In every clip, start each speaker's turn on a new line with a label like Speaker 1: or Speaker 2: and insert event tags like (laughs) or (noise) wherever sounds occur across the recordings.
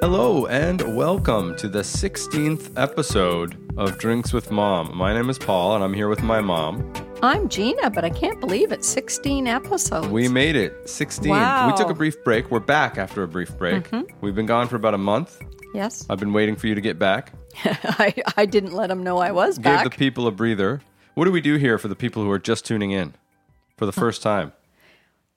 Speaker 1: Hello and welcome to the 16th episode of Drinks with Mom. My name is Paul and I'm here with my mom.
Speaker 2: I'm Gina, but I can't believe it. 16 episodes.
Speaker 1: We made it 16. We
Speaker 2: Wow. Mm-hmm.
Speaker 1: took a brief break. We're back after a brief break. We've been gone for about a month.
Speaker 2: yes. (laughs)
Speaker 1: I've been waiting for you to get back.
Speaker 2: I, I didn't let them know I was
Speaker 1: Gave
Speaker 2: back.
Speaker 1: the people a breather. What do we do here for the people who are just tuning in for the first time?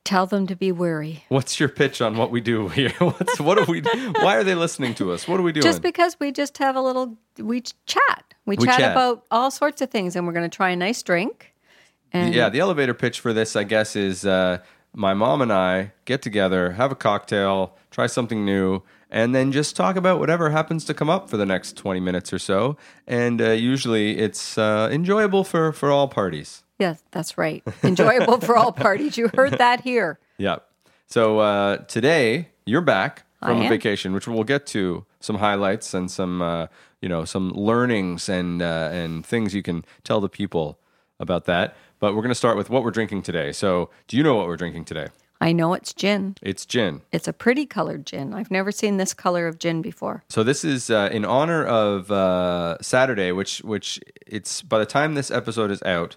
Speaker 2: Tell them to be wary.
Speaker 1: What's your pitch on what we do here? (laughs) What's what do we? Why are they listening to us? What are we doing?
Speaker 2: Just because we just have a little, we ch- chat. We,
Speaker 1: We
Speaker 2: chat,
Speaker 1: chat.
Speaker 2: about all sorts of things, and we're going to try a nice drink. And
Speaker 1: yeah, the elevator pitch for this, I guess, is uh, my mom and I get together, have a cocktail, try something new, and then just talk about whatever happens to come up for the next 20 minutes or so. And uh, usually it's uh, enjoyable for, for all parties.
Speaker 2: yes, that's right. Enjoyable for all parties. You heard that here.
Speaker 1: Yeah. So uh, today you're back from
Speaker 2: I
Speaker 1: a
Speaker 2: am.
Speaker 1: vacation, which we'll get to some highlights and some uh, you know some learnings and uh, and things you can tell the people about that. But we're going to start with what we're drinking today. So do you know what we're drinking today?
Speaker 2: I know it's gin.
Speaker 1: It's gin.
Speaker 2: It's a pretty colored gin. I've never seen this color of gin before.
Speaker 1: So this is uh, in honor of uh, Saturday, which which it's by the time this episode is out,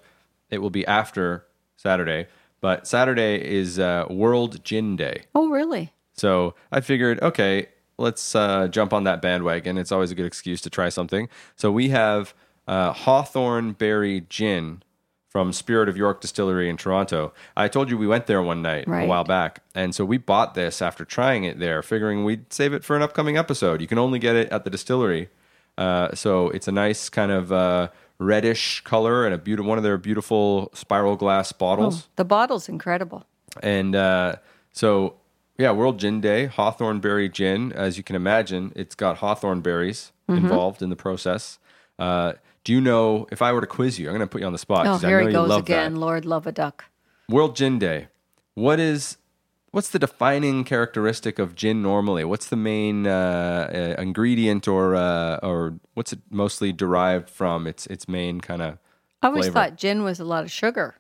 Speaker 1: it will be after Saturday. But Saturday is uh, World Gin Day.
Speaker 2: Oh, really?
Speaker 1: So I figured, okay, let's uh, jump on that bandwagon. It's always a good excuse to try something. So we have uh, Hawthorne Berry Gin from Spirit of York Distillery in Toronto. I told you we went there one night a
Speaker 2: Right.
Speaker 1: while back. And so we bought this after trying it there, figuring we'd save it for an upcoming episode. You can only get it at the distillery. Uh, so it's a nice kind of uh, reddish color and a beautiful one of their beautiful spiral glass bottles.
Speaker 2: The bottle's incredible.
Speaker 1: And uh, so, yeah, World Gin Day, Hawthorn Berry Gin. As you can imagine, it's got hawthorn berries
Speaker 2: Mm-hmm.
Speaker 1: involved in the process. Uh, do you know if I were to quiz you? I'm going to put you on the spot
Speaker 2: Oh,
Speaker 1: 'cause I
Speaker 2: here
Speaker 1: know
Speaker 2: he
Speaker 1: you
Speaker 2: goes
Speaker 1: love
Speaker 2: again. Lord, love a duck.
Speaker 1: that. World Gin Day. What is what's the defining characteristic of gin normally? What's the main uh, uh, ingredient or uh, or what's it mostly derived from? Its its main kind of
Speaker 2: I always
Speaker 1: Flavor.
Speaker 2: thought gin was a lot of sugar.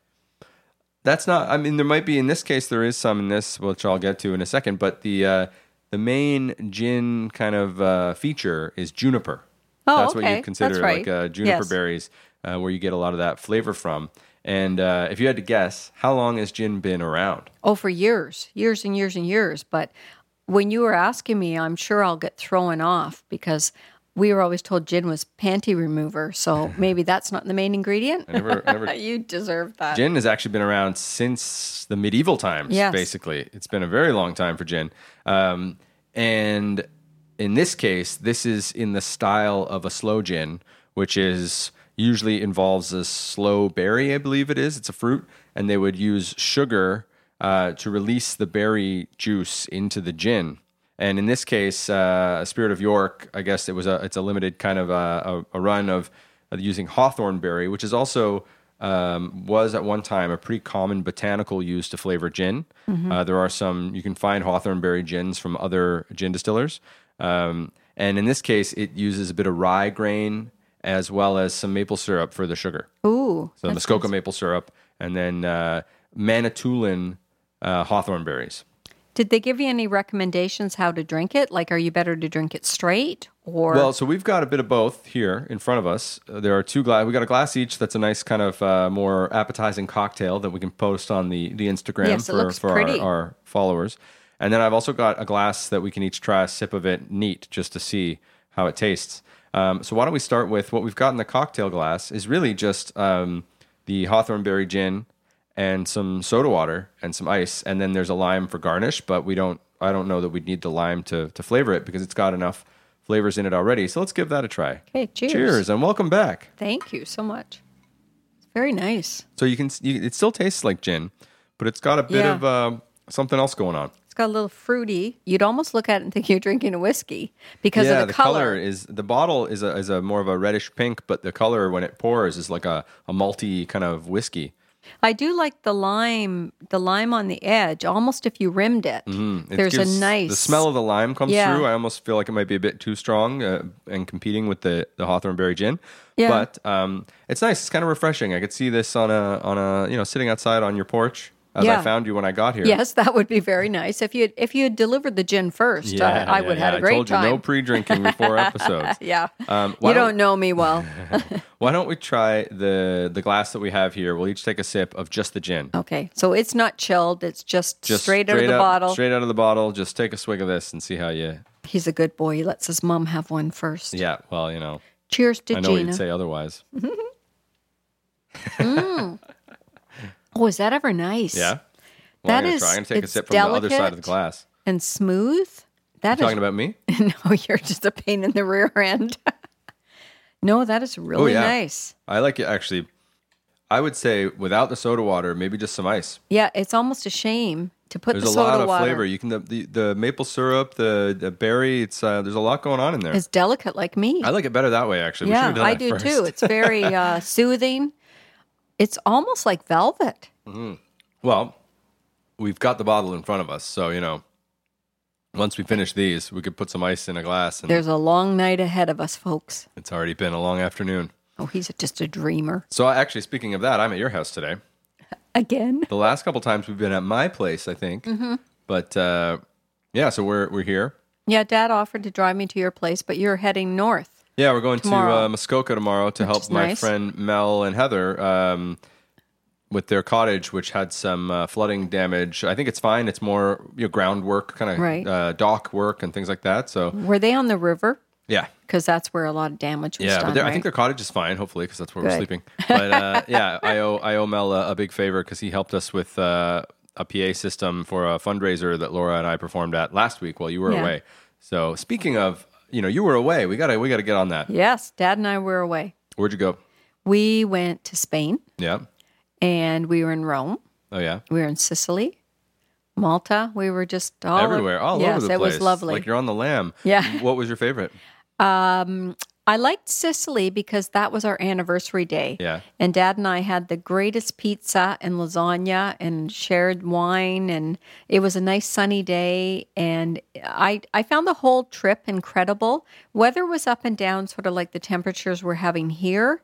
Speaker 1: That's not. I mean, there might be in this case. There is some in this, which I'll get to in a second. But the uh, the main gin kind of uh, feature is juniper.
Speaker 2: Oh,
Speaker 1: that's what
Speaker 2: okay.
Speaker 1: you consider
Speaker 2: That's right.
Speaker 1: like uh, juniper
Speaker 2: Yes.
Speaker 1: berries, uh, where you get a lot of that flavor from. And uh, if you had to guess, how long has gin been around?
Speaker 2: Oh, for years, years and years and years. But when you were asking me, I'm sure I'll get thrown off because we were always told gin was panty remover.
Speaker 1: (laughs)
Speaker 2: So maybe that's not the main ingredient.
Speaker 1: Never, never.
Speaker 2: (laughs) you deserve that.
Speaker 1: Gin has actually been around since the medieval times,
Speaker 2: Uh, Yes.
Speaker 1: basically. It's been a very long time for gin. Um, and in this case, this is in the style of a slow gin, which is usually involves a slow berry, I believe it is. It's a fruit, and they would use sugar uh, to release the berry juice into the gin. And in this case, uh, Spirit of York, I guess it was a it's a limited kind of a, a, a run of of using hawthorn berry, which is also um, was at one time a pretty common botanical used to flavor gin.
Speaker 2: Mm-hmm.
Speaker 1: Uh, there are some you can find hawthorn berry gins from other gin distillers, um, and in this case, it uses a bit of rye grain as well as some maple syrup for the sugar.
Speaker 2: Ooh,
Speaker 1: So Muskoka maple syrup, and then uh, Manitoulin uh, hawthorn berries.
Speaker 2: did they give you any recommendations how to drink it? Like, are you better to drink it straight or?
Speaker 1: Well, so we've got a bit of both here in front of us. Uh, There are two glass. We got a glass each. That's a nice kind of uh, more appetizing cocktail that we can post on the the Instagram
Speaker 2: Yes, it
Speaker 1: for,
Speaker 2: looks
Speaker 1: for our,
Speaker 2: pretty.
Speaker 1: our followers. And then I've also got a glass that we can each try a sip of it neat just to see how it tastes. Um, so why don't we start with what we've got in the cocktail glass is really just um, the hawthorn berry gin and some soda water and some ice, and then there's a lime for garnish. But we don't. I don't know that we'd need the lime to to flavor it because it's got enough flavors in it already. So let's give that a try.
Speaker 2: okay, cheers.
Speaker 1: Cheers and welcome back.
Speaker 2: Thank you so much. It's very nice.
Speaker 1: So you can you, it still tastes like gin, but it's got a bit
Speaker 2: Yeah.
Speaker 1: of uh, something else going on.
Speaker 2: It's got a little fruity. You'd almost look at it and think you're drinking a whiskey because
Speaker 1: yeah,
Speaker 2: of
Speaker 1: the,
Speaker 2: the,
Speaker 1: color. is the bottle is a is a more of a reddish pink, but the color when it pours is like a a malty kind of whiskey.
Speaker 2: I do like the lime, the lime on the edge, almost if you rimmed it.
Speaker 1: Mm-hmm. It
Speaker 2: There's a
Speaker 1: gives-
Speaker 2: nice
Speaker 1: the smell of the lime comes
Speaker 2: Yeah.
Speaker 1: through. I almost feel like it might be a bit too strong uh, and competing with the the Hawthorne berry gin.
Speaker 2: Yeah.
Speaker 1: But um, it's nice. It's kind of refreshing. I could see this on a on a you know sitting outside on your porch. as I
Speaker 2: Yeah.
Speaker 1: found you when I got here.
Speaker 2: Yes, that would be very nice. If you had, if you had delivered the gin first,
Speaker 1: Yeah,
Speaker 2: I, I
Speaker 1: yeah,
Speaker 2: would
Speaker 1: yeah.
Speaker 2: have had a great
Speaker 1: I told
Speaker 2: time.
Speaker 1: you no
Speaker 2: (laughs)
Speaker 1: pre-drinking before episodes.
Speaker 2: yeah.
Speaker 1: Um, why
Speaker 2: you
Speaker 1: don't-
Speaker 2: don't know me
Speaker 1: (laughs)
Speaker 2: well. (laughs)
Speaker 1: Why don't we try the the glass that we have here? We'll each take a sip of just the gin.
Speaker 2: Okay. So it's not chilled. It's just,
Speaker 1: Just
Speaker 2: straight, out of the
Speaker 1: up-
Speaker 2: bottle.
Speaker 1: Straight out of the bottle. Just take a swig of this and see how you.
Speaker 2: He's a good boy. He lets his mom have one first.
Speaker 1: Yeah. Well, you know,
Speaker 2: Cheers to
Speaker 1: I know
Speaker 2: Gina.
Speaker 1: you'd say otherwise.
Speaker 2: Oh, is that ever nice?
Speaker 1: Yeah. Well, I'm
Speaker 2: That
Speaker 1: gonna
Speaker 2: is-
Speaker 1: try. I'm gonna take a
Speaker 2: it's
Speaker 1: sip from the other side of the
Speaker 2: delicate.
Speaker 1: glass.
Speaker 2: And smooth. That is.
Speaker 1: Talking about me?
Speaker 2: (laughs) no, you're just a pain in the rear end. (laughs) no, that is really
Speaker 1: Oh, yeah.
Speaker 2: nice.
Speaker 1: I like it actually. I would say without the soda water, maybe just some ice.
Speaker 2: Yeah, it's almost a shame to put
Speaker 1: There's
Speaker 2: the
Speaker 1: a
Speaker 2: soda
Speaker 1: lot of
Speaker 2: water.
Speaker 1: flavor. You can the, the, the maple syrup, the, the berry. It's uh, there's a lot going on in there.
Speaker 2: It's delicate like me.
Speaker 1: I like it better that way. Actually, we
Speaker 2: yeah,
Speaker 1: should have done
Speaker 2: I
Speaker 1: that
Speaker 2: do
Speaker 1: first.
Speaker 2: too. It's
Speaker 1: (laughs)
Speaker 2: very uh, soothing. It's almost like velvet.
Speaker 1: Mm. Well, we've got the bottle in front of us, so you know. Once we finish these, we could put some ice in a glass, and
Speaker 2: There's a long night ahead of us, folks.
Speaker 1: it's already been a long afternoon.
Speaker 2: Oh, he's just a dreamer.
Speaker 1: So, I- actually, speaking of that, I'm at your house today.
Speaker 2: Again.
Speaker 1: The last couple times we've been at my place, I think.
Speaker 2: Mm-hmm.
Speaker 1: But uh, yeah, so we're we're here.
Speaker 2: Yeah, Dad offered to drive me to your place, but you're heading north.
Speaker 1: Yeah, we're going to
Speaker 2: Tomorrow.
Speaker 1: uh, Muskoka tomorrow to help
Speaker 2: is
Speaker 1: my
Speaker 2: nice.
Speaker 1: friend Mel and Heather um, with their cottage, which had some uh, flooding damage. I think it's fine. It's more you know, groundwork, kind of
Speaker 2: Right.
Speaker 1: uh, dock work and things like that. So
Speaker 2: Were they on the river?
Speaker 1: yeah,
Speaker 2: Because that's where a lot of damage was
Speaker 1: yeah.
Speaker 2: done.
Speaker 1: But their-
Speaker 2: right?
Speaker 1: I think their cottage is fine, hopefully, because that's where we're
Speaker 2: Good. (laughs)
Speaker 1: sleeping. But uh, yeah, I owe I owe Mel uh, a, a big favor because he helped us with. Uh, a PA system for a fundraiser that Laura and I performed at last week while you were
Speaker 2: Yeah.
Speaker 1: away. So speaking of, you know, you were away. We gotta we gotta get on that.
Speaker 2: yes, Dad and I were away.
Speaker 1: Where'd you go?
Speaker 2: We went to Spain
Speaker 1: Yeah.
Speaker 2: and we were in Rome.
Speaker 1: Oh yeah.
Speaker 2: We were in Sicily, Malta. We were just all
Speaker 1: everywhere, all
Speaker 2: yes,
Speaker 1: over the
Speaker 2: it
Speaker 1: place.
Speaker 2: was lovely.
Speaker 1: Like you're on the lamb.
Speaker 2: Yeah.
Speaker 1: What was your favorite?
Speaker 2: I liked Sicily because that was our anniversary day.
Speaker 1: Yeah.
Speaker 2: And dad and I had the greatest pizza and lasagna and shared wine and it was a nice sunny day and I I found the whole trip incredible. Weather was up and down sort of like the temperatures we're having here,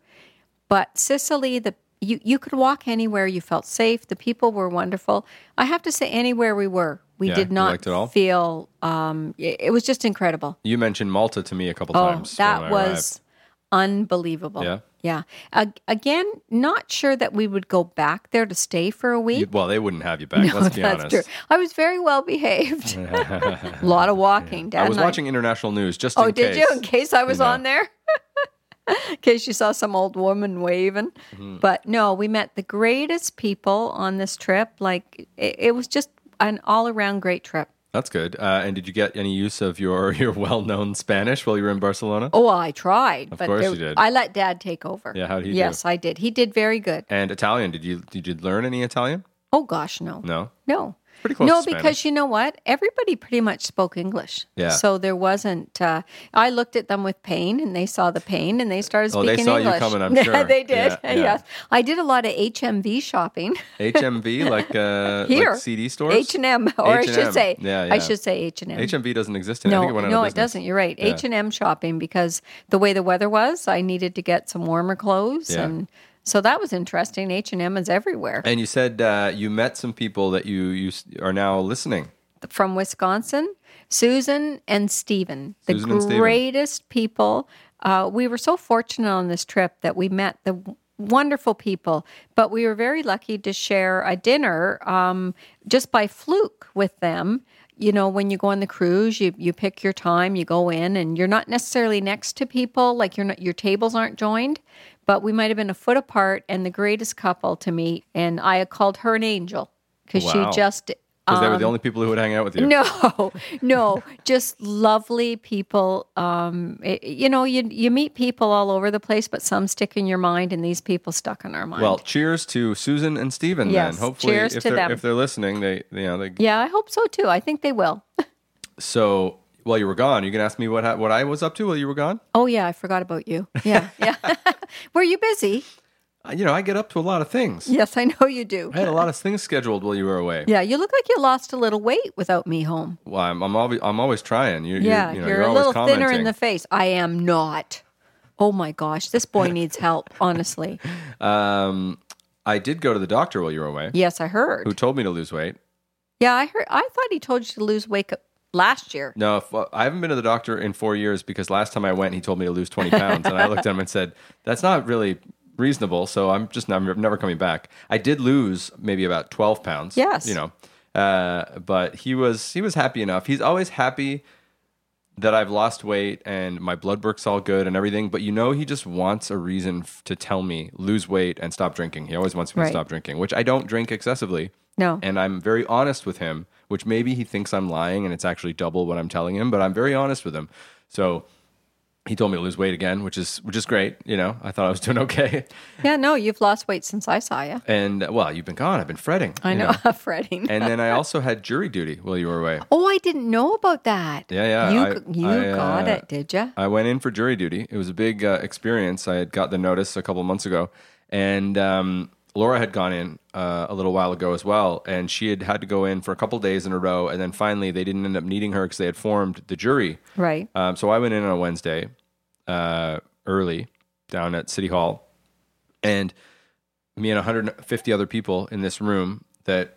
Speaker 2: but Sicily the you, you could walk anywhere you felt safe. The people were wonderful. I have to say anywhere we were, we
Speaker 1: Yeah,
Speaker 2: did
Speaker 1: you
Speaker 2: not
Speaker 1: liked it all?
Speaker 2: feel um it, it was just incredible.
Speaker 1: You mentioned Malta to me a couple
Speaker 2: Oh,
Speaker 1: times. when
Speaker 2: that
Speaker 1: I
Speaker 2: was unbelievable.
Speaker 1: Yeah?
Speaker 2: Yeah. Ag- again, not sure that we would go back there to stay for a week.
Speaker 1: arrived. Well, they wouldn't have you
Speaker 2: (laughs)
Speaker 1: back. let's be
Speaker 2: That's
Speaker 1: honest.
Speaker 2: true. I was very well
Speaker 1: (laughs)
Speaker 2: behaved. a lot of walking. Dad
Speaker 1: I was
Speaker 2: and
Speaker 1: watching international news just
Speaker 2: (laughs) Oh,
Speaker 1: in
Speaker 2: did
Speaker 1: case.
Speaker 2: you? In case I was
Speaker 1: know.
Speaker 2: on there? (laughs) in case you saw some old woman waving.
Speaker 1: Mm-hmm.
Speaker 2: But no, we met the greatest people on this trip. Like, it, it was just an all around great trip.
Speaker 1: That's good. Uh, and did you get any use of your, (laughs) your well known Spanish while you were in Barcelona?
Speaker 2: Oh, I tried. Of but
Speaker 1: course
Speaker 2: there-
Speaker 1: you did.
Speaker 2: I let Dad take over.
Speaker 1: Yeah, how'd he do?
Speaker 2: Yes, I did. He did very good.
Speaker 1: And Italian? Did you did you learn any Italian?
Speaker 2: Oh gosh, no, no,
Speaker 1: No.
Speaker 2: pretty
Speaker 1: close
Speaker 2: No,
Speaker 1: to Spanish.
Speaker 2: because you know what? Everybody pretty much spoke English.
Speaker 1: Yeah.
Speaker 2: So there wasn't. Uh, I looked at them with pain, and they saw the pain, and they started
Speaker 1: Oh, they
Speaker 2: speaking
Speaker 1: saw you
Speaker 2: English.
Speaker 1: coming, I'm
Speaker 2: (laughs) Yeah,
Speaker 1: sure.
Speaker 2: they did.
Speaker 1: Yeah, yeah.
Speaker 2: Yes, I did a lot of HMV shopping (laughs)
Speaker 1: HMV like uh,
Speaker 2: here.
Speaker 1: like CD stores.
Speaker 2: (laughs) H and M, or I
Speaker 1: H&M.
Speaker 2: should say,
Speaker 1: Yeah,
Speaker 2: I
Speaker 1: yeah.
Speaker 2: should say H and M.
Speaker 1: HMV doesn't exist anymore. I
Speaker 2: No,
Speaker 1: think it went out of
Speaker 2: no, it
Speaker 1: business.
Speaker 2: doesn't. You're right.
Speaker 1: Yeah.
Speaker 2: H and M shopping because the way the weather was, I needed to get some warmer clothes,
Speaker 1: Yeah.
Speaker 2: and so that was interesting. H and M is everywhere.
Speaker 1: And you said uh, you met some people that you you s- are now listening.
Speaker 2: from Wisconsin, Susan and Stephen, the
Speaker 1: Susan and Stephen.
Speaker 2: greatest people. Uh, we were so fortunate on this trip that we met the w- wonderful people, but we were very lucky to share a dinner um, just by fluke with them. You know, when you go on the cruise, you, you pick your time, you go in, and you're not necessarily next to people, like you're not, your tables aren't joined, but we might have been a foot apart and the greatest couple to meet. And I called her an angel because
Speaker 1: Wow.
Speaker 2: she just
Speaker 1: Because they were the only people who would hang out with you.
Speaker 2: Um, no, no, just lovely people. Um, it- you know, you you meet people all over the place, but some stick in your mind, and these people stuck in our mind.
Speaker 1: Well, cheers to Susan and Steven
Speaker 2: Yes,
Speaker 1: then. Hopefully
Speaker 2: cheers
Speaker 1: if
Speaker 2: to
Speaker 1: they're
Speaker 2: them.
Speaker 1: if they're listening, they you know they
Speaker 2: yeah, I hope so too. I think they will.
Speaker 1: so while you were gone, you can ask me what ha- what I was up to while you were gone.
Speaker 2: Oh yeah, I forgot about you. Yeah, yeah. (laughs) Were you busy?
Speaker 1: Uh, You know, I get up to a lot of things.
Speaker 2: Yes, I know you do.
Speaker 1: I had a lot of things scheduled while you were away.
Speaker 2: Yeah, you look like you lost a little weight without me home.
Speaker 1: Well, I'm I'm always, I'm always trying. You,
Speaker 2: Yeah,
Speaker 1: you,
Speaker 2: you
Speaker 1: know,
Speaker 2: are
Speaker 1: you're,
Speaker 2: a
Speaker 1: always
Speaker 2: little
Speaker 1: commenting.
Speaker 2: thinner in the face. I am
Speaker 1: (laughs)
Speaker 2: not. Oh my gosh, this boy needs help. Honestly,
Speaker 1: I did go to the doctor while you were away,
Speaker 2: Yes, I heard.
Speaker 1: who told me to lose weight.
Speaker 2: Yeah, I heard. I thought he told you to lose weight last year.
Speaker 1: No, if, well, I haven't been to the doctor in four years because last time I went, he told me to lose 20 pounds. and I looked at him and said, that's not really reasonable. So I'm just I'm never coming back. I did lose maybe about 12 pounds.
Speaker 2: Yes.
Speaker 1: You know, uh, but he was, he was happy enough. He's always happy that I've lost weight and my blood work's all good and everything. But you know, he just wants a reason f- to tell me lose weight and stop drinking. He always wants me
Speaker 2: Right.
Speaker 1: to stop drinking, which I don't drink excessively
Speaker 2: No.
Speaker 1: and I'm very honest with him, which maybe he thinks I'm lying and it's actually double what I'm telling him, but I'm very honest with him. So he told me to lose weight again, which is which is great. You know, I thought I was doing okay.
Speaker 2: yeah, no, you've lost weight since I saw you.
Speaker 1: And uh, well, you've been gone. I've been fretting.
Speaker 2: I
Speaker 1: you
Speaker 2: know, (laughs) fretting.
Speaker 1: And then I also had jury duty while you were away.
Speaker 2: oh, I didn't know about that.
Speaker 1: Yeah, yeah,
Speaker 2: You
Speaker 1: I-
Speaker 2: g- you
Speaker 1: I, uh,
Speaker 2: got it, did you?
Speaker 1: I went in for jury duty. It was a big uh, experience. I had got the notice a couple months ago, and um, Laura had gone in uh, a little while ago as well, and she had had to go in for a couple days in a row, and then finally they didn't end up needing her because they had formed the jury.
Speaker 2: Right.
Speaker 1: Um, so I went in on a Wednesday uh, early down at City Hall, and me and 150 other people in this room that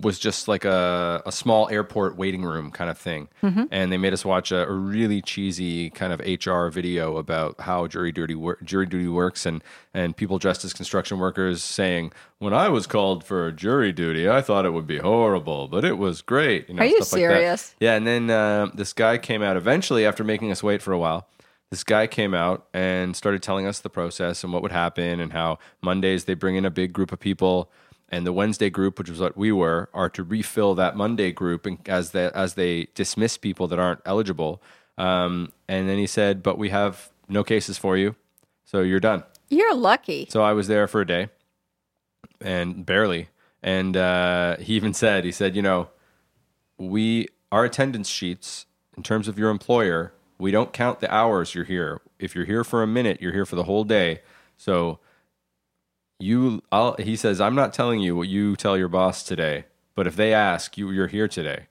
Speaker 1: was just like a, a small airport waiting room kind of thing.
Speaker 2: Mm-hmm.
Speaker 1: And they made us watch a, a really cheesy kind of HR video about how jury duty wor- jury duty works and and people dressed as construction workers saying, "When I was called for jury duty, I thought it would be horrible, but it was great." know,
Speaker 2: Are you
Speaker 1: stuff like that.
Speaker 2: serious?
Speaker 1: Yeah, and then uh, this guy came out eventually after making us wait for a while. This guy came out and started telling us the process and what would happen and how Mondays they bring in a big group of people and the Wednesday group, which was what we were, are to refill that Monday group and as they, as they dismiss people that aren't eligible. Um, and then he said, "But we have no cases for you, so you're done." (laughs)
Speaker 2: You're lucky.
Speaker 1: So I was there for a day, and barely. And uh, he even said, he said, you know, we our attendance sheets in terms of your employer, we don't count the hours you're here. If you're here for a minute, you're here for the whole day. So you, I'll, he says, I'm not telling you what you tell your boss today, but if they ask, you you're here today.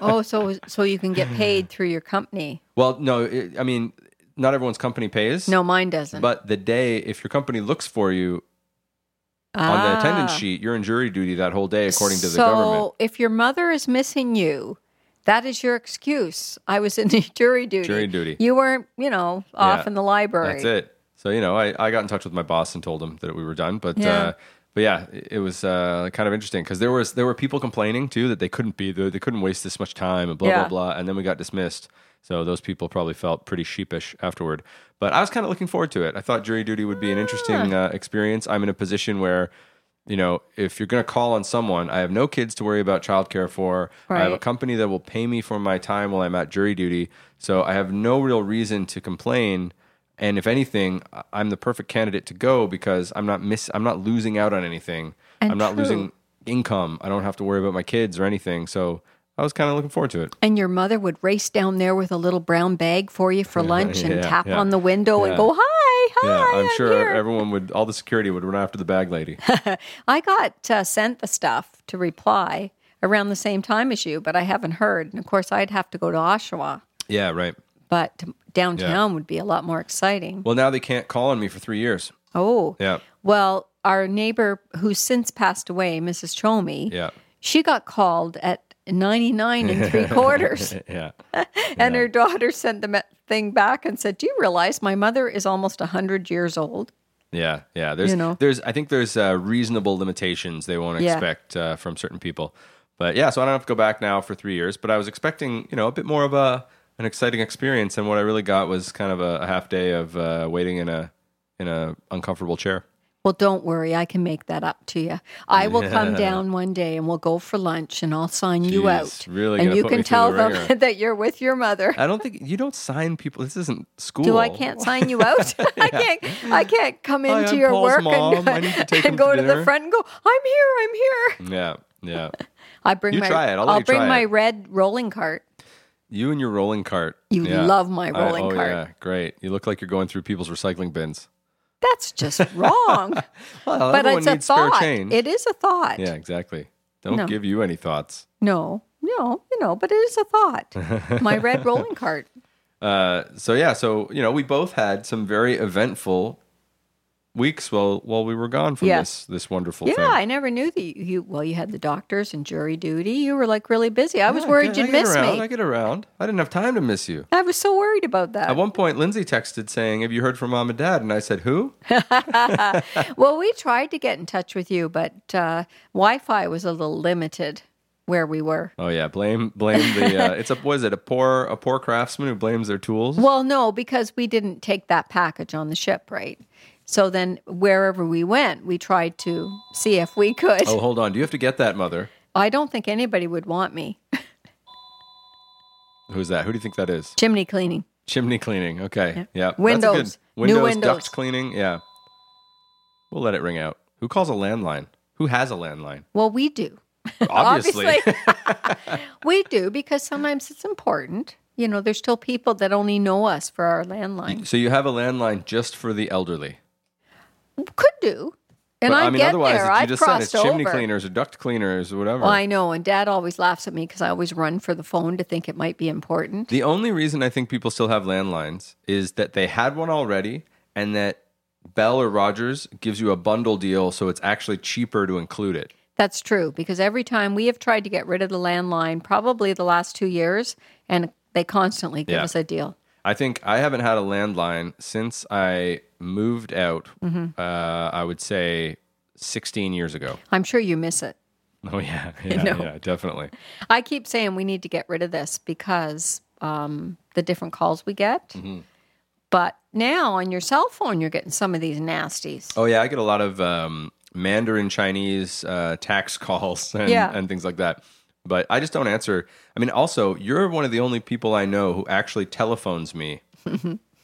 Speaker 2: oh, so so you can get paid through your company.
Speaker 1: Well, no, it, I mean, not everyone's company pays.
Speaker 2: No, mine doesn't.
Speaker 1: But the day, if your company looks for you, on the attendance sheet, you're in jury duty that whole day, according to the
Speaker 2: Ah. so
Speaker 1: government.
Speaker 2: if your mother is missing you, that is your excuse. I was in (laughs) jury duty.
Speaker 1: Jury duty.
Speaker 2: You weren't, you know, off
Speaker 1: Yeah,
Speaker 2: in the library.
Speaker 1: That's it. So you know, I, I got in touch with my boss and told him that we were done. But
Speaker 2: Yeah.
Speaker 1: Uh, but yeah, it it was uh, kind of interesting because there was there were people complaining too that they couldn't be there, they couldn't waste this much time and blah blah
Speaker 2: Yeah.
Speaker 1: blah, and then we got dismissed. So those people probably felt pretty sheepish afterward. But I was kind of looking forward to it. I thought jury duty would be
Speaker 2: Ah.
Speaker 1: an interesting uh, experience. I'm in a position where. You know, if you're going to call on someone, I have no kids to worry about childcare for. I have a
Speaker 2: Right.
Speaker 1: company that will pay me for my time while I'm at jury duty. So I have no real reason to complain. And if anything, I- I'm the perfect candidate to go because I'm not miss I'm not losing out on anything.
Speaker 2: And
Speaker 1: I'm not
Speaker 2: true.
Speaker 1: losing income. I don't have to worry about my kids or anything. So I was kind of looking forward to it.
Speaker 2: And your mother would race down there with a little brown bag for you for lunch
Speaker 1: (laughs)
Speaker 2: and
Speaker 1: yeah,
Speaker 2: tap
Speaker 1: yeah.
Speaker 2: on the window
Speaker 1: Yeah.
Speaker 2: and go, "Hi, hi,
Speaker 1: Yeah, I'm sure
Speaker 2: Ah, here."
Speaker 1: everyone would all the security would run after the bag
Speaker 2: (laughs)
Speaker 1: lady.
Speaker 2: I got uh, sent the stuff to reply around the same time as you, but I haven't heard. And of course, I'd have to go to Oshawa,
Speaker 1: yeah, right.
Speaker 2: but downtown would be a lot more exciting.
Speaker 1: Well, now they can't call on me for 3 years.
Speaker 2: Oh,
Speaker 1: Yeah.
Speaker 2: Well, our neighbor who's since passed away, Mrs. Chomey,
Speaker 1: Yeah.
Speaker 2: she got called at 99
Speaker 1: (laughs)
Speaker 2: and three quarters.
Speaker 1: Yeah.
Speaker 2: And her daughter sent the me- thing back and said, Do you realize my mother is almost 100 years old?
Speaker 1: Yeah, yeah. There's,
Speaker 2: You know?
Speaker 1: there's. I think there's uh, reasonable limitations they won't
Speaker 2: Yeah.
Speaker 1: expect uh, from certain people. But yeah, so I don't have to go back now for three years. But I was expecting, you know, a bit more of a an exciting experience, and what I really got was kind of a, a half day of uh, waiting in a in a uncomfortable chair.
Speaker 2: Well, don't worry. I can make that up to you. I will come down one day and we'll go for lunch and I'll sign you out.
Speaker 1: Jeez, really
Speaker 2: and
Speaker 1: gonna
Speaker 2: you
Speaker 1: put
Speaker 2: can
Speaker 1: me through
Speaker 2: tell
Speaker 1: the ringer. Uh,
Speaker 2: them (laughs) that you're with your mother.
Speaker 1: I don't think you don't sign people. This isn't school.
Speaker 2: Do I can't sign
Speaker 1: (laughs)
Speaker 2: you out? (laughs) I can't. I can't come
Speaker 1: Hi,
Speaker 2: into
Speaker 1: I'm
Speaker 2: your
Speaker 1: Paul's
Speaker 2: work
Speaker 1: mom.
Speaker 2: and,
Speaker 1: I need
Speaker 2: (laughs)
Speaker 1: to take him
Speaker 2: and go
Speaker 1: to
Speaker 2: to the
Speaker 1: dinner.
Speaker 2: front and go. I'm here. I'm here.
Speaker 1: Yeah, yeah.
Speaker 2: I bring
Speaker 1: You
Speaker 2: my.
Speaker 1: try it. I'll let you
Speaker 2: bring
Speaker 1: try
Speaker 2: my
Speaker 1: it.
Speaker 2: red rolling cart.
Speaker 1: You and your rolling cart.
Speaker 2: You
Speaker 1: Yeah.
Speaker 2: love my
Speaker 1: I-
Speaker 2: rolling
Speaker 1: oh,
Speaker 2: cart.
Speaker 1: Yeah, great. You look like you're going through people's recycling bins. (laughs)
Speaker 2: That's just wrong.
Speaker 1: Well,
Speaker 2: but
Speaker 1: everyone
Speaker 2: it's a
Speaker 1: needs spare
Speaker 2: thought.
Speaker 1: change.
Speaker 2: It is a thought.
Speaker 1: yeah, exactly. Don't
Speaker 2: No.
Speaker 1: give you any thoughts.
Speaker 2: No, no, you know, but it is
Speaker 1: (laughs)
Speaker 2: a thought. my red rolling cart.
Speaker 1: Uh, so yeah, so you know, we both had some very eventful weeks while while we were gone from
Speaker 2: Yeah.
Speaker 1: this this wonderful
Speaker 2: Yeah,
Speaker 1: thing.
Speaker 2: I never knew that you, you. Well, you had the doctors and jury duty. You were like really busy. I was
Speaker 1: Yeah,
Speaker 2: worried
Speaker 1: get-
Speaker 2: you'd
Speaker 1: I get
Speaker 2: miss
Speaker 1: around,
Speaker 2: me.
Speaker 1: I get around. I didn't have time to miss you.
Speaker 2: I was so worried about that.
Speaker 1: At one point, Lindsay texted saying, "Have you heard from mom and dad?" And I said,
Speaker 2: (laughs)
Speaker 1: "Who?"
Speaker 2: well, we tried to get in touch with you, but uh, Wi-Fi was a little limited where we were.
Speaker 1: Oh yeah, blame blame the. Uh, it's a what is it? A poor a poor craftsman who blames their tools.
Speaker 2: Well, no, because we didn't take that package on the ship, right? So then, wherever we went, we tried to see if we could.
Speaker 1: Oh, hold on. Do you have to get that mother?
Speaker 2: I don't think anybody would want me.
Speaker 1: Who's that? Who do you think that is?
Speaker 2: Chimney cleaning.
Speaker 1: Chimney cleaning. Okay. Yeah. That's a good-
Speaker 2: Windows. New
Speaker 1: windows.
Speaker 2: windows.
Speaker 1: Duct cleaning. Yeah. We'll let it ring out. Who calls a landline? Who has a landline?
Speaker 2: Well, we do. (laughs)
Speaker 1: Obviously.
Speaker 2: Obviously. (laughs) we do because sometimes it's important. You know, there's still people that only know us for our landline.
Speaker 1: so you have a landline just for the elderly.
Speaker 2: Could do. And
Speaker 1: but
Speaker 2: I,
Speaker 1: I mean,
Speaker 2: get
Speaker 1: otherwise,
Speaker 2: there.
Speaker 1: if you
Speaker 2: I
Speaker 1: just said
Speaker 2: crossed
Speaker 1: it's chimney
Speaker 2: over.
Speaker 1: cleaners or duct cleaners or whatever.
Speaker 2: Well, I know, and Dad always laughs at me because I always run for the phone to think it might be important.
Speaker 1: The only reason I think people still have landlines is that they had one already and that Bell or Rogers gives you a bundle deal so it's actually cheaper to include it.
Speaker 2: That's true because every time we have tried to get rid of the landline, probably the last two years, and they constantly give
Speaker 1: Yeah.
Speaker 2: us a deal.
Speaker 1: I think I haven't had a landline since I moved out,
Speaker 2: Mm-hmm.
Speaker 1: uh, I would say 16 years ago. (laughs)
Speaker 2: I'm sure you miss it.
Speaker 1: Oh,
Speaker 2: (laughs)
Speaker 1: yeah. Yeah,
Speaker 2: know.
Speaker 1: yeah definitely.
Speaker 2: I keep saying we need to get rid of this because um, the different calls we get.
Speaker 1: Mm-hmm.
Speaker 2: But now on your cell phone, you're getting some of these nasties.
Speaker 1: Oh, yeah. I get a lot of um, Mandarin Chinese uh, tax (laughs) calls and,
Speaker 2: Yeah.
Speaker 1: and things like that. But I just don't answer. I mean, also, you're one of the only people I know who actually telephones
Speaker 2: (laughs)
Speaker 1: me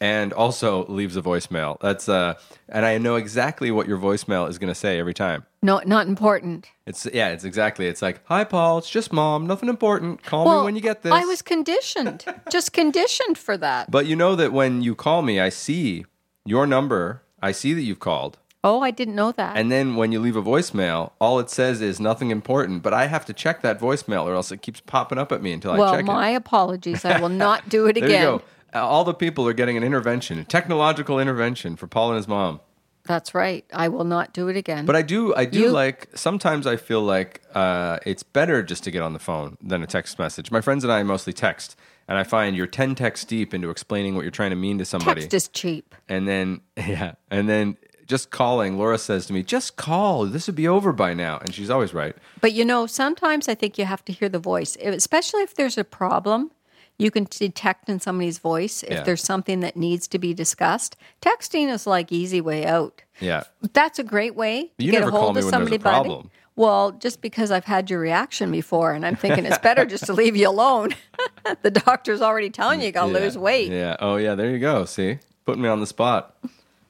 Speaker 1: and also leaves a voicemail. That's uh, and I know exactly what your voicemail is going to say every time.
Speaker 2: No, not important.
Speaker 1: It's yeah, it's exactly. It's like, hi, Paul. It's just mom. Nothing important. Call me when you get this.
Speaker 2: I was conditioned, just conditioned for that.
Speaker 1: But you know that when you call me, I see your number. I see that you've called.
Speaker 2: Oh, I didn't know that.
Speaker 1: And then when you leave a voicemail, all it says is nothing important. But I have to check that voicemail or else it keeps popping up at me until I
Speaker 2: well,
Speaker 1: check
Speaker 2: my
Speaker 1: it.
Speaker 2: apologies. I will not do
Speaker 1: (laughs)
Speaker 2: it
Speaker 1: There
Speaker 2: again.
Speaker 1: you go. Uh, All the people are getting an intervention, a technological intervention for Paul and his mom.
Speaker 2: That's right. I will not do it again.
Speaker 1: But I do, I do
Speaker 2: You-
Speaker 1: like. Sometimes I feel like uh, it's better just to get on the phone than a text message. My friends and I mostly text, and I find you're ten texts deep into explaining what you're trying to mean to somebody.
Speaker 2: text is cheap.
Speaker 1: And then, (laughs) yeah. And then just calling, Laura says to me, just call. This would be over by now. And she's always right.
Speaker 2: But you know, sometimes I think you have to hear the voice, If- especially if there's a problem. You can detect in somebody's voice if
Speaker 1: Yeah.
Speaker 2: there's something that needs to be discussed. Texting is like easy way out.
Speaker 1: Yeah.
Speaker 2: That's a great way to
Speaker 1: You
Speaker 2: get
Speaker 1: never
Speaker 2: a
Speaker 1: call
Speaker 2: hold
Speaker 1: me
Speaker 2: of
Speaker 1: when there's a
Speaker 2: somebody. buddy.
Speaker 1: problem.
Speaker 2: Well, just because I've had your reaction before, and I'm thinking it's better just to leave you alone. (laughs) the doctor's already telling you you got to
Speaker 1: Yeah.
Speaker 2: lose weight.
Speaker 1: Yeah. Oh, yeah. There you go. See, putting me on the spot.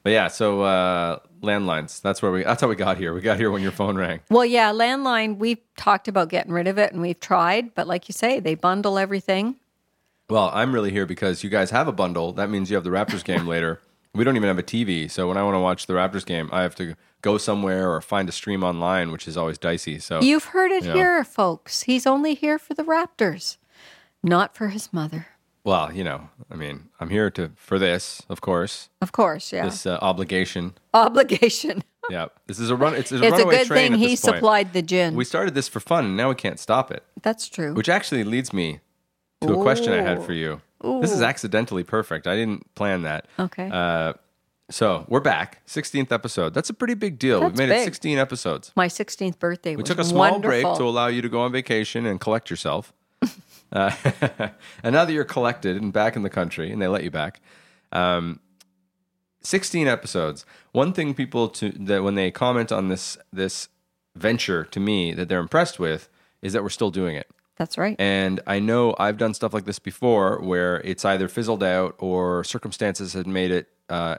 Speaker 1: But yeah. So, uh, landlines. That's where we, that's how we got here. We got here when your phone rang.
Speaker 2: Well, yeah, landline, we've talked about getting rid of it and we've tried, but like you say, they bundle everything.
Speaker 1: Well, I'm really here because you guys have a bundle. That means you have the Raptors game (laughs) later. We don't even have a TV. So, when I want to watch the Raptors game, I have to go somewhere or find a stream online, which is always dicey. So,
Speaker 2: You've heard it
Speaker 1: Yeah.
Speaker 2: here, folks. He's only here for the Raptors, not for his mother.
Speaker 1: well, you know, I mean, I'm here to, for this, of course,
Speaker 2: Of course, yeah.
Speaker 1: this uh, obligation.
Speaker 2: Obligation.
Speaker 1: Yeah, this is a run. It's a,
Speaker 2: It's a
Speaker 1: runaway
Speaker 2: good
Speaker 1: train
Speaker 2: thing
Speaker 1: at
Speaker 2: he
Speaker 1: this point.
Speaker 2: supplied the gin.
Speaker 1: We started this for fun, and now we can't stop it.
Speaker 2: That's true.
Speaker 1: Which actually leads me to a question I had
Speaker 2: Ooh.
Speaker 1: for you. This is accidentally perfect. I didn't plan that.
Speaker 2: okay.
Speaker 1: Uh, so we're back, 16th episode. That's a pretty big deal.
Speaker 2: That's
Speaker 1: We've made
Speaker 2: big.
Speaker 1: it 16 episodes.
Speaker 2: My 16th birthday
Speaker 1: We
Speaker 2: was
Speaker 1: took a small break
Speaker 2: wonderful.
Speaker 1: to allow you to go on vacation and collect
Speaker 2: (laughs)
Speaker 1: yourself. uh, (laughs) and now that you're collected and back in the country, and they let you back, um, 16 episodes. One thing people to that when they comment on this this venture to me that they're impressed with is that we're still doing it.
Speaker 2: That's right.
Speaker 1: And I know I've done stuff like this before where it's either fizzled out or circumstances have made it uh,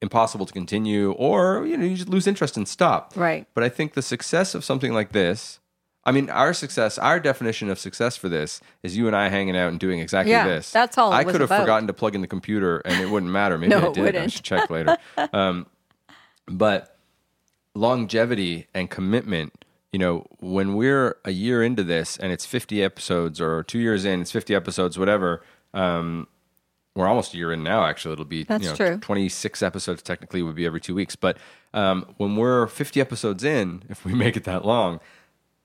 Speaker 1: impossible to continue, or you know you just lose interest and stop.
Speaker 2: Right.
Speaker 1: But I think the success of something like this, I mean, our success, our definition of success for this is you and I hanging out and doing exactly
Speaker 2: Yeah,
Speaker 1: this.
Speaker 2: that's all it
Speaker 1: I
Speaker 2: was
Speaker 1: could have
Speaker 2: about.
Speaker 1: forgotten to plug in the computer, and it wouldn't matter. Maybe
Speaker 2: (laughs) No,
Speaker 1: I
Speaker 2: it
Speaker 1: did. I
Speaker 2: wouldn't.
Speaker 1: should check
Speaker 2: (laughs)
Speaker 1: later. um, but longevity and commitment you know when we're a year into this and it's 50 episodes or two years in it's 50 episodes whatever um, we're almost a year in now. Actually, it'll be
Speaker 2: That's
Speaker 1: you know,
Speaker 2: true.
Speaker 1: Twenty six episodes technically would be every two weeks, but um, when we're fifty episodes in, if we (laughs) make it that long,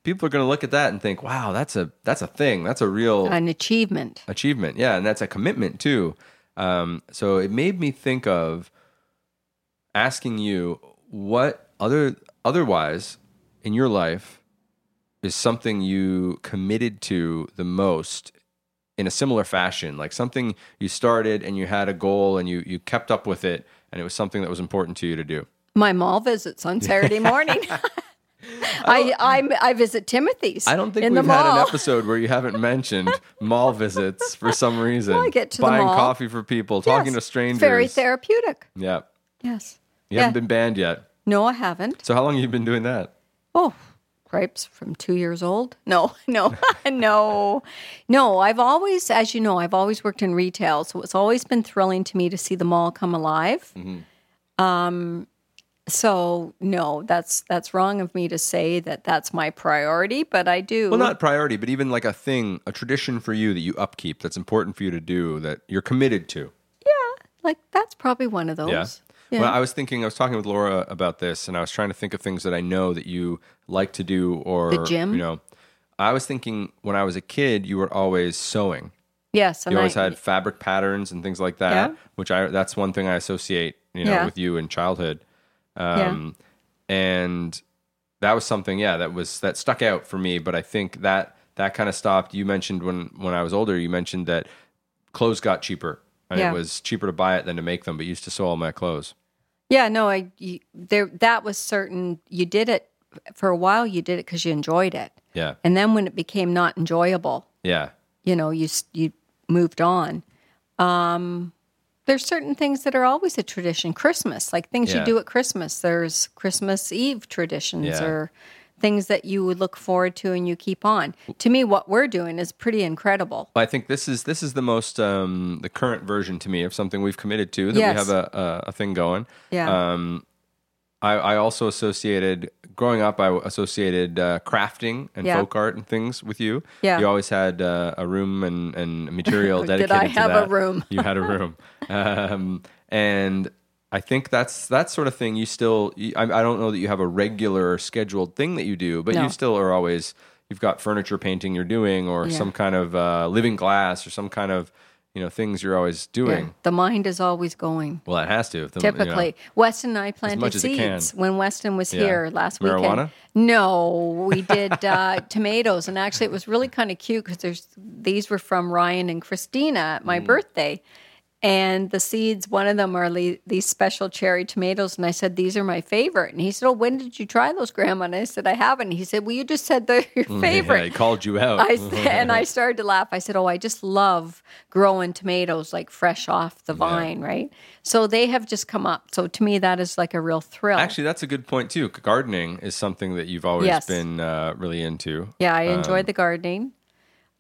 Speaker 1: people are going to look at that and think, "Wow, that's a that's a thing. That's a real
Speaker 2: an achievement.
Speaker 1: achievement. Yeah, and that's a commitment too. Um, so it made me think of asking you what other otherwise in your life is something you committed to the most in a similar fashion, like something you started and you had a goal and you you kept up with it and it was something that was important to you to do.
Speaker 2: My mall visits on
Speaker 1: (laughs)
Speaker 2: Saturday morning. (laughs) I, I I visit Timothy's.
Speaker 1: I don't think
Speaker 2: in
Speaker 1: we've
Speaker 2: the mall. (laughs)
Speaker 1: had an episode where you haven't mentioned mall visits for some reason.
Speaker 2: I get to the
Speaker 1: buying
Speaker 2: mall.
Speaker 1: coffee for people, talking to strangers.
Speaker 2: Very therapeutic.
Speaker 1: yeah.
Speaker 2: Yes.
Speaker 1: You
Speaker 2: yeah.
Speaker 1: haven't been banned yet.
Speaker 2: no, I haven't.
Speaker 1: So how long have you been doing that?
Speaker 2: Oh, grapes from two years old? (laughs) No, no, no, no. I've always, as you know, I've always worked in retail, so it's always been thrilling to me to see the mall come alive. Um,
Speaker 1: Mm-hmm.
Speaker 2: so no, that's that's wrong of me to say that that's my priority, but I do.
Speaker 1: Well, not priority, but even like a thing, a tradition for you that you upkeep that's important for you to do that you're committed to.
Speaker 2: like that's probably one of those.
Speaker 1: Yeah. Well, I was thinking, I was talking with Laura about this, and I was trying to think of things that I know that you like to do or
Speaker 2: The gym?
Speaker 1: You know, I was thinking when I was a kid, you were always sewing.
Speaker 2: yes, and
Speaker 1: You always
Speaker 2: I,
Speaker 1: had fabric patterns and things like that,
Speaker 2: Yeah.
Speaker 1: which I that's one thing I associate, you know,
Speaker 2: Yeah.
Speaker 1: with you in childhood. Um, and that was something, yeah, that was that stuck out for me. But I think that that kind of stopped. You mentioned when when I was older, you mentioned that clothes got cheaper, and
Speaker 2: Yeah.
Speaker 1: it was cheaper to buy it than to make them. But you used to sew all my clothes.
Speaker 2: yeah, no, I you, there that was certain. You did it for a while. You did it because you enjoyed it,
Speaker 1: Yeah,
Speaker 2: and then when it became not enjoyable,
Speaker 1: yeah,
Speaker 2: you know you s- you moved on um there's certain things that are always a tradition christmas like things
Speaker 1: Yeah.
Speaker 2: you do at christmas there's christmas eve traditions
Speaker 1: Yeah.
Speaker 2: or things that you would look forward to and you keep on to me what we're doing is pretty incredible
Speaker 1: Well, I think this is this is the most um, the current version to me of something we've committed to that
Speaker 2: Yes.
Speaker 1: we have a, a, a thing going.
Speaker 2: yeah
Speaker 1: Um, I, I also associated growing up. I associated uh, crafting and
Speaker 2: Yeah.
Speaker 1: folk art and things with you.
Speaker 2: Yeah.
Speaker 1: you always had uh, a room and, and material
Speaker 2: (laughs) Did I
Speaker 1: dedicated. to
Speaker 2: have a
Speaker 1: that.
Speaker 2: room?
Speaker 1: you had a
Speaker 2: (laughs)
Speaker 1: room, um, and I think that's that sort of thing. You still, you, I, I don't know that you have a regular or scheduled thing that you do, but
Speaker 2: No.
Speaker 1: you still are always. You've got furniture painting you're doing, or some kind of uh, living glass, or some kind of you know things you're always doing.
Speaker 2: Yeah. the mind is always going
Speaker 1: Well, it has to if the, you know.
Speaker 2: Typically, Weston and I planted
Speaker 1: much as it can.
Speaker 2: seeds when Weston was here last
Speaker 1: Marijuana?
Speaker 2: weekend. No, we did uh, (laughs) tomatoes, and actually, it was really kind of cute because there's these were from Ryan and Christina at
Speaker 1: Mm.
Speaker 2: my birthday, and the seeds. One of them are le- these special cherry tomatoes, and I said these are my favorite, and he said, "Oh, when did you try those, Grandma?" And I said, "I haven't." He said, "Well, you just said they're your favorite."
Speaker 1: (laughs) Yeah, he called you out.
Speaker 2: (laughs)
Speaker 1: (laughs)
Speaker 2: I s- and I started to laugh. I said, "Oh, I just love growing tomatoes like fresh off the vine, right?" So they have just come up. So to me, that is like a real thrill.
Speaker 1: Actually, that's a good point too. Gardening is something that you've always
Speaker 2: Yes.
Speaker 1: been uh, really into.
Speaker 2: yeah, I enjoy the gardening.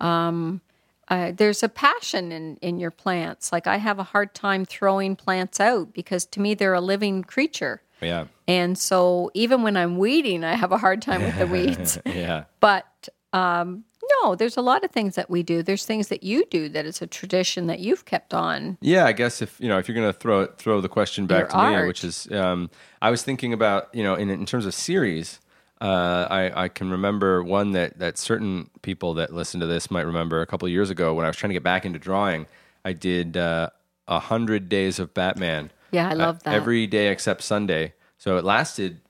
Speaker 2: Um, uh, there's a passion in in your plants. Like I have a hard time throwing plants out because to me they're a living creature,
Speaker 1: Yeah,
Speaker 2: and so even when I'm weeding, I have a hard time with the weeds.
Speaker 1: yeah,
Speaker 2: But um, no, there's a lot of things that we do. There's things that you do that it's a tradition that you've kept on.
Speaker 1: yeah. I guess if you know if you're going to throw it, throw the question back
Speaker 2: Your
Speaker 1: to me,
Speaker 2: art.
Speaker 1: which is um, I was thinking about you know in in terms of series. Uh, I, I can remember one that, that certain people that listen to this might remember a couple of years ago when I was trying to get back into drawing. I did uh, 100 Days of Batman.
Speaker 2: Yeah, I love that.
Speaker 1: Uh, every day except Sunday. So it lasted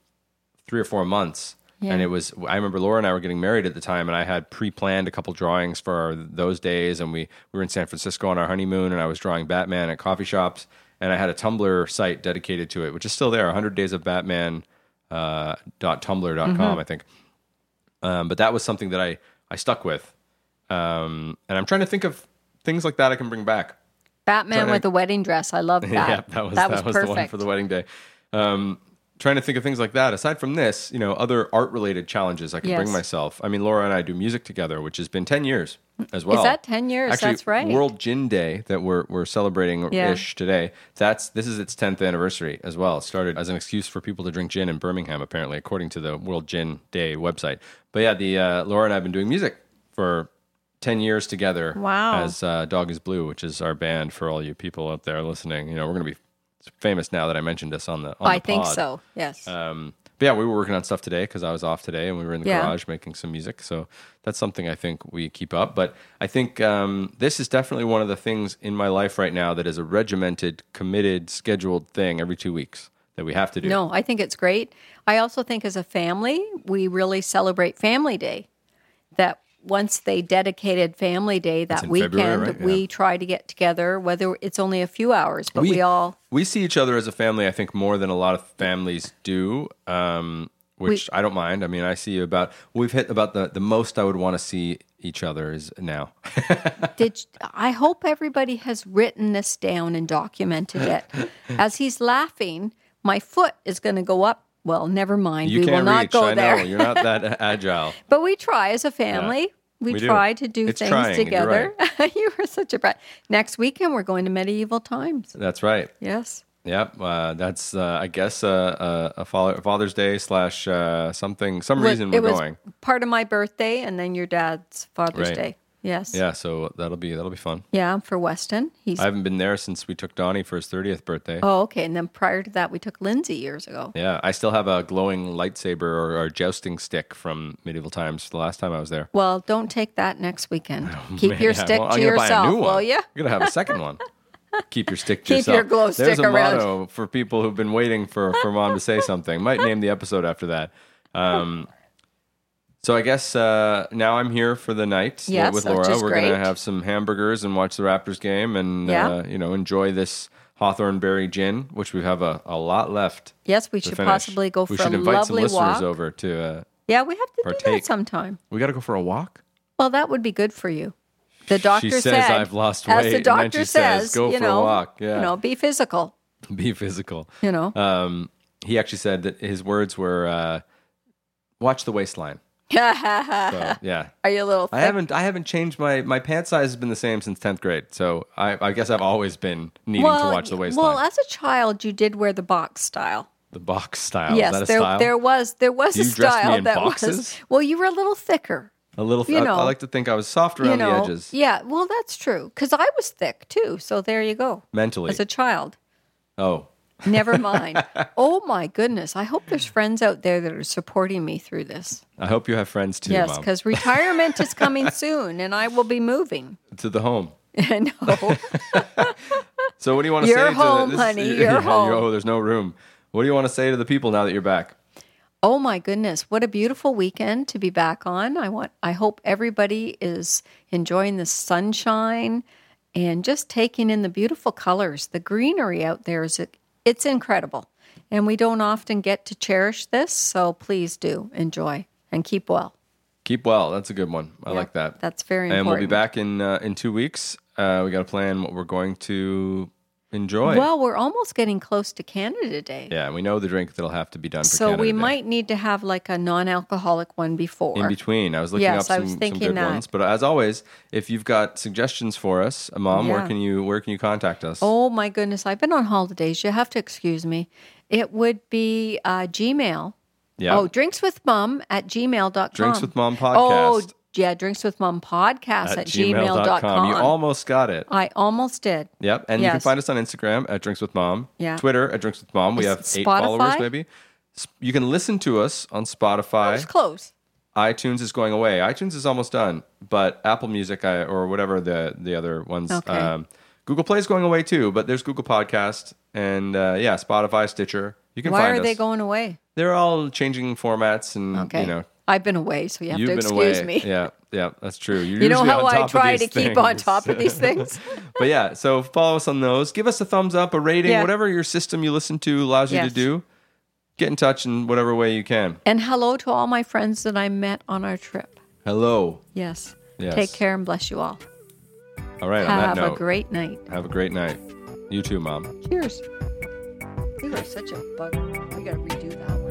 Speaker 1: three or four months. And it was, I remember Laura and I were getting married at the time, and I had pre planned a couple drawings for our, those days. And we, we were in San Francisco on our honeymoon, and I was drawing Batman at coffee shops. And I had a Tumblr site dedicated to it, which is still there 100 Days of Batman. Uh, dot tumblr.com,
Speaker 2: Mm-hmm.
Speaker 1: I think. Um, but that was something that I, I stuck with. Um, and I'm trying to think of things like that I can bring back.
Speaker 2: Batman
Speaker 1: Sorry,
Speaker 2: with the wedding dress. I love that.
Speaker 1: (laughs) Yeah, that was that, was, the one for the wedding day. Um, trying to think of things like that. Aside from this, you know, other art related challenges I can bring
Speaker 2: Yes.
Speaker 1: myself. I mean, Laura and I do music together, which has been ten years as well.
Speaker 2: that 10 years?
Speaker 1: Actually,
Speaker 2: That's right.
Speaker 1: World Gin Day that we're we're celebrating
Speaker 2: Yeah.
Speaker 1: ish today. That's this is its tenth anniversary as well. It started as an excuse for people to drink gin in Birmingham, apparently, according to the World Gin Day website. But yeah, the uh, Laura and I have been doing music for. 10 years together
Speaker 2: Wow.
Speaker 1: as uh, Dog is Blue, which is our band for all you people out there listening. You know, we're going to be famous now that I mentioned us on the on
Speaker 2: Oh, I
Speaker 1: the
Speaker 2: think
Speaker 1: pod.
Speaker 2: so. Yes.
Speaker 1: Um, but yeah, we were working on stuff today because I was off today and we were in the
Speaker 2: Yeah.
Speaker 1: garage making some music. So that's something I think we keep up. But I think um, this is definitely one of the things in my life right now that is a regimented, committed, scheduled thing every two weeks that we have to do.
Speaker 2: No, I think it's great. I also think as a family, we really celebrate Family Day. That once they dedicated Family Day that
Speaker 1: in
Speaker 2: weekend,
Speaker 1: February, right? Yeah.
Speaker 2: we try to get together, whether it's only a few hours, but we, all
Speaker 1: we see each other as a family. I think more than a lot of families do, um, which I don't mind. I mean, I see you about we've hit about the the most I would want to see each other is now. (laughs)
Speaker 2: did. I hope everybody has written this down and documented it.
Speaker 1: (laughs)
Speaker 2: As he's laughing, my foot is going to go up. Well, never mind.
Speaker 1: You
Speaker 2: we will
Speaker 1: can't
Speaker 2: not
Speaker 1: reach.
Speaker 2: go
Speaker 1: I
Speaker 2: there.
Speaker 1: know you're not
Speaker 2: (laughs)
Speaker 1: that agile.
Speaker 2: But we try as a family. We,
Speaker 1: we do.
Speaker 2: try to do
Speaker 1: It's
Speaker 2: things
Speaker 1: trying, you're
Speaker 2: together. (laughs) you are such a brat. Next weekend, we're going to medieval times.
Speaker 1: That's right.
Speaker 2: Yes.
Speaker 1: Yep, uh, that's uh, I guess uh, a, a father, Father's Day slash uh, something. Some
Speaker 2: Well,
Speaker 1: reason
Speaker 2: it
Speaker 1: we're
Speaker 2: was
Speaker 1: going.
Speaker 2: part of my birthday and then your dad's Father's
Speaker 1: Right.
Speaker 2: Day. Yes.
Speaker 1: Yeah, so that'll be that'll be fun.
Speaker 2: Yeah, for Weston. He's
Speaker 1: I haven't been there since we took Donnie for his thirtieth birthday.
Speaker 2: Oh, okay. And then prior to that, we took Lindsay years ago.
Speaker 1: Yeah, I still have a glowing lightsaber or, or jousting stick from medieval times. The last time I was there.
Speaker 2: Well, don't take that next weekend.
Speaker 1: (laughs)
Speaker 2: Keep
Speaker 1: Man,
Speaker 2: your
Speaker 1: yeah,
Speaker 2: stick
Speaker 1: well,
Speaker 2: to
Speaker 1: I'm gonna buy a
Speaker 2: yourself,
Speaker 1: new one.
Speaker 2: will you?
Speaker 1: You're gonna have a second
Speaker 2: (laughs)
Speaker 1: one. Keep your stick to
Speaker 2: Keep
Speaker 1: yourself.
Speaker 2: your glow
Speaker 1: There's
Speaker 2: stick
Speaker 1: a
Speaker 2: around.
Speaker 1: motto for people who've been waiting for for mom to say something. Might name the episode after that. Um, so I guess uh, now I'm here for the night
Speaker 2: Yes,
Speaker 1: with
Speaker 2: which
Speaker 1: Laura.
Speaker 2: is
Speaker 1: We're
Speaker 2: great.
Speaker 1: gonna have some hamburgers and watch the Raptors game, and
Speaker 2: Yeah.
Speaker 1: uh, you know enjoy this Hawthorne Berry Gin, which we have a, a lot left.
Speaker 2: Yes, we
Speaker 1: to
Speaker 2: should
Speaker 1: finish.
Speaker 2: possibly go
Speaker 1: We
Speaker 2: for a
Speaker 1: should invite some
Speaker 2: lovely
Speaker 1: listeners
Speaker 2: walk.
Speaker 1: over to. Uh,
Speaker 2: Yeah, we have to do
Speaker 1: Partake.
Speaker 2: that sometime.
Speaker 1: we got to go for a walk. (laughs)
Speaker 2: Well, that would be good for you. The doctor
Speaker 1: says,
Speaker 2: said,
Speaker 1: "I've lost
Speaker 2: as
Speaker 1: weight,"
Speaker 2: the
Speaker 1: and then
Speaker 2: doctor
Speaker 1: she says, "Go
Speaker 2: you
Speaker 1: for a
Speaker 2: know,
Speaker 1: walk." Yeah.
Speaker 2: you know, be physical.
Speaker 1: Be physical. (laughs)
Speaker 2: You know, (laughs)
Speaker 1: um, he actually said that his words were uh, watch the
Speaker 2: (laughs)
Speaker 1: waistline so yeah
Speaker 2: are you a little?
Speaker 1: i
Speaker 2: thick?
Speaker 1: haven't i haven't changed my my pant size has been the same since 10th grade so i, I guess i've always been needing
Speaker 2: well,
Speaker 1: to watch the waistline
Speaker 2: well, as a child, you did wear the box style.
Speaker 1: the box style
Speaker 2: yes,
Speaker 1: Oh, is that a
Speaker 2: there
Speaker 1: style
Speaker 2: there was there was
Speaker 1: You
Speaker 2: a
Speaker 1: dressed me
Speaker 2: style
Speaker 1: in
Speaker 2: that
Speaker 1: boxes?
Speaker 2: was. Well, you were a little thicker.
Speaker 1: a little
Speaker 2: you
Speaker 1: I- I,
Speaker 2: know,
Speaker 1: like to think i was soft around
Speaker 2: you know,
Speaker 1: the edges
Speaker 2: yeah. Well, that's true because I was thick too. So there you go.
Speaker 1: mentally
Speaker 2: As a child,
Speaker 1: oh (laughs)
Speaker 2: never mind. oh my goodness! I hope there's friends out there that are supporting me through this.
Speaker 1: i hope you have friends too
Speaker 2: Yes,
Speaker 1: mom
Speaker 2: because retirement is
Speaker 1: (laughs)
Speaker 2: coming soon, and I will be moving. (laughs)
Speaker 1: to the home
Speaker 2: I know.
Speaker 1: so what do you want to
Speaker 2: You're
Speaker 1: say
Speaker 2: home,
Speaker 1: to the, (laughs)
Speaker 2: honey, you're home.
Speaker 1: oh there's no room what do you want to say to the people now that you're back
Speaker 2: Oh my goodness, what a beautiful weekend to be back on. I want I hope everybody is enjoying the sunshine and just taking in the beautiful colors. The greenery out there is it's incredible. And we don't often get to cherish this, so please do enjoy and keep well.
Speaker 1: keep well that's a good one i like that
Speaker 2: That's very
Speaker 1: and
Speaker 2: important.
Speaker 1: we'll be back in uh, in two weeks. Uh, we got to plan what we're going to enjoy.
Speaker 2: Well, we're almost getting close to Canada Day.
Speaker 1: yeah, we know the drink that'll have to be done. For
Speaker 2: so
Speaker 1: Canada
Speaker 2: we
Speaker 1: Day.
Speaker 2: might need to have like a non-alcoholic one before.
Speaker 1: in between. I was looking
Speaker 2: Yes,
Speaker 1: up
Speaker 2: I was
Speaker 1: some, some
Speaker 2: thinking
Speaker 1: good
Speaker 2: that.
Speaker 1: ones, but as always, if you've got suggestions for us, uh, Mom, where
Speaker 2: Yeah.
Speaker 1: can you where can you contact us?
Speaker 2: Oh my goodness, I've been on holidays. You have to excuse me. It would be uh, Gmail.
Speaker 1: yeah,
Speaker 2: Oh, drinkswithmum at gmail.com.
Speaker 1: drinks with Mom
Speaker 2: Oh,
Speaker 1: podcast
Speaker 2: yeah, drinkswithmumpodcast at, at
Speaker 1: gmail.com.
Speaker 2: gmail.com.
Speaker 1: You almost got it.
Speaker 2: I almost did.
Speaker 1: Yep, and you can
Speaker 2: Yes.
Speaker 1: find us on Instagram at Drinks with Mom.
Speaker 2: Yeah.
Speaker 1: Twitter at Drinks with Mom. We
Speaker 2: Is
Speaker 1: have
Speaker 2: it
Speaker 1: eight
Speaker 2: Spotify?
Speaker 1: followers, maybe. S- You can listen to us on Spotify.
Speaker 2: It was close.
Speaker 1: iTunes is going away. iTunes is almost done, but Apple Music I, or whatever the the other ones. um,
Speaker 2: Okay.
Speaker 1: Google Play is going away too, but there's Google Podcast and uh, yeah, Spotify, Stitcher. You can
Speaker 2: Why
Speaker 1: find
Speaker 2: are
Speaker 1: us.
Speaker 2: they going away?
Speaker 1: They're all changing formats and
Speaker 2: Okay.
Speaker 1: you know
Speaker 2: I've been away, so you have
Speaker 1: you've
Speaker 2: to
Speaker 1: been
Speaker 2: excuse
Speaker 1: away.
Speaker 2: me.
Speaker 1: Yeah, yeah, that's true. You're
Speaker 2: (laughs) You know
Speaker 1: usually
Speaker 2: how
Speaker 1: on top
Speaker 2: I
Speaker 1: of
Speaker 2: try to
Speaker 1: these
Speaker 2: keep on
Speaker 1: things.
Speaker 2: top of these things?
Speaker 1: (laughs) but yeah, so follow us on those. Give us a thumbs up, a rating,
Speaker 2: Yeah.
Speaker 1: whatever your system you listen to allows you
Speaker 2: Yes.
Speaker 1: to do. Get in touch in whatever way you can.
Speaker 2: and hello to all my friends that I met on our trip.
Speaker 1: Hello.
Speaker 2: Yes.
Speaker 1: Yes.
Speaker 2: Take care and bless you all.
Speaker 1: All right. on
Speaker 2: have
Speaker 1: that note,
Speaker 2: a great night.
Speaker 1: have a great night. You too, mom.
Speaker 2: Cheers. You are such a bug. We gotta redo that one.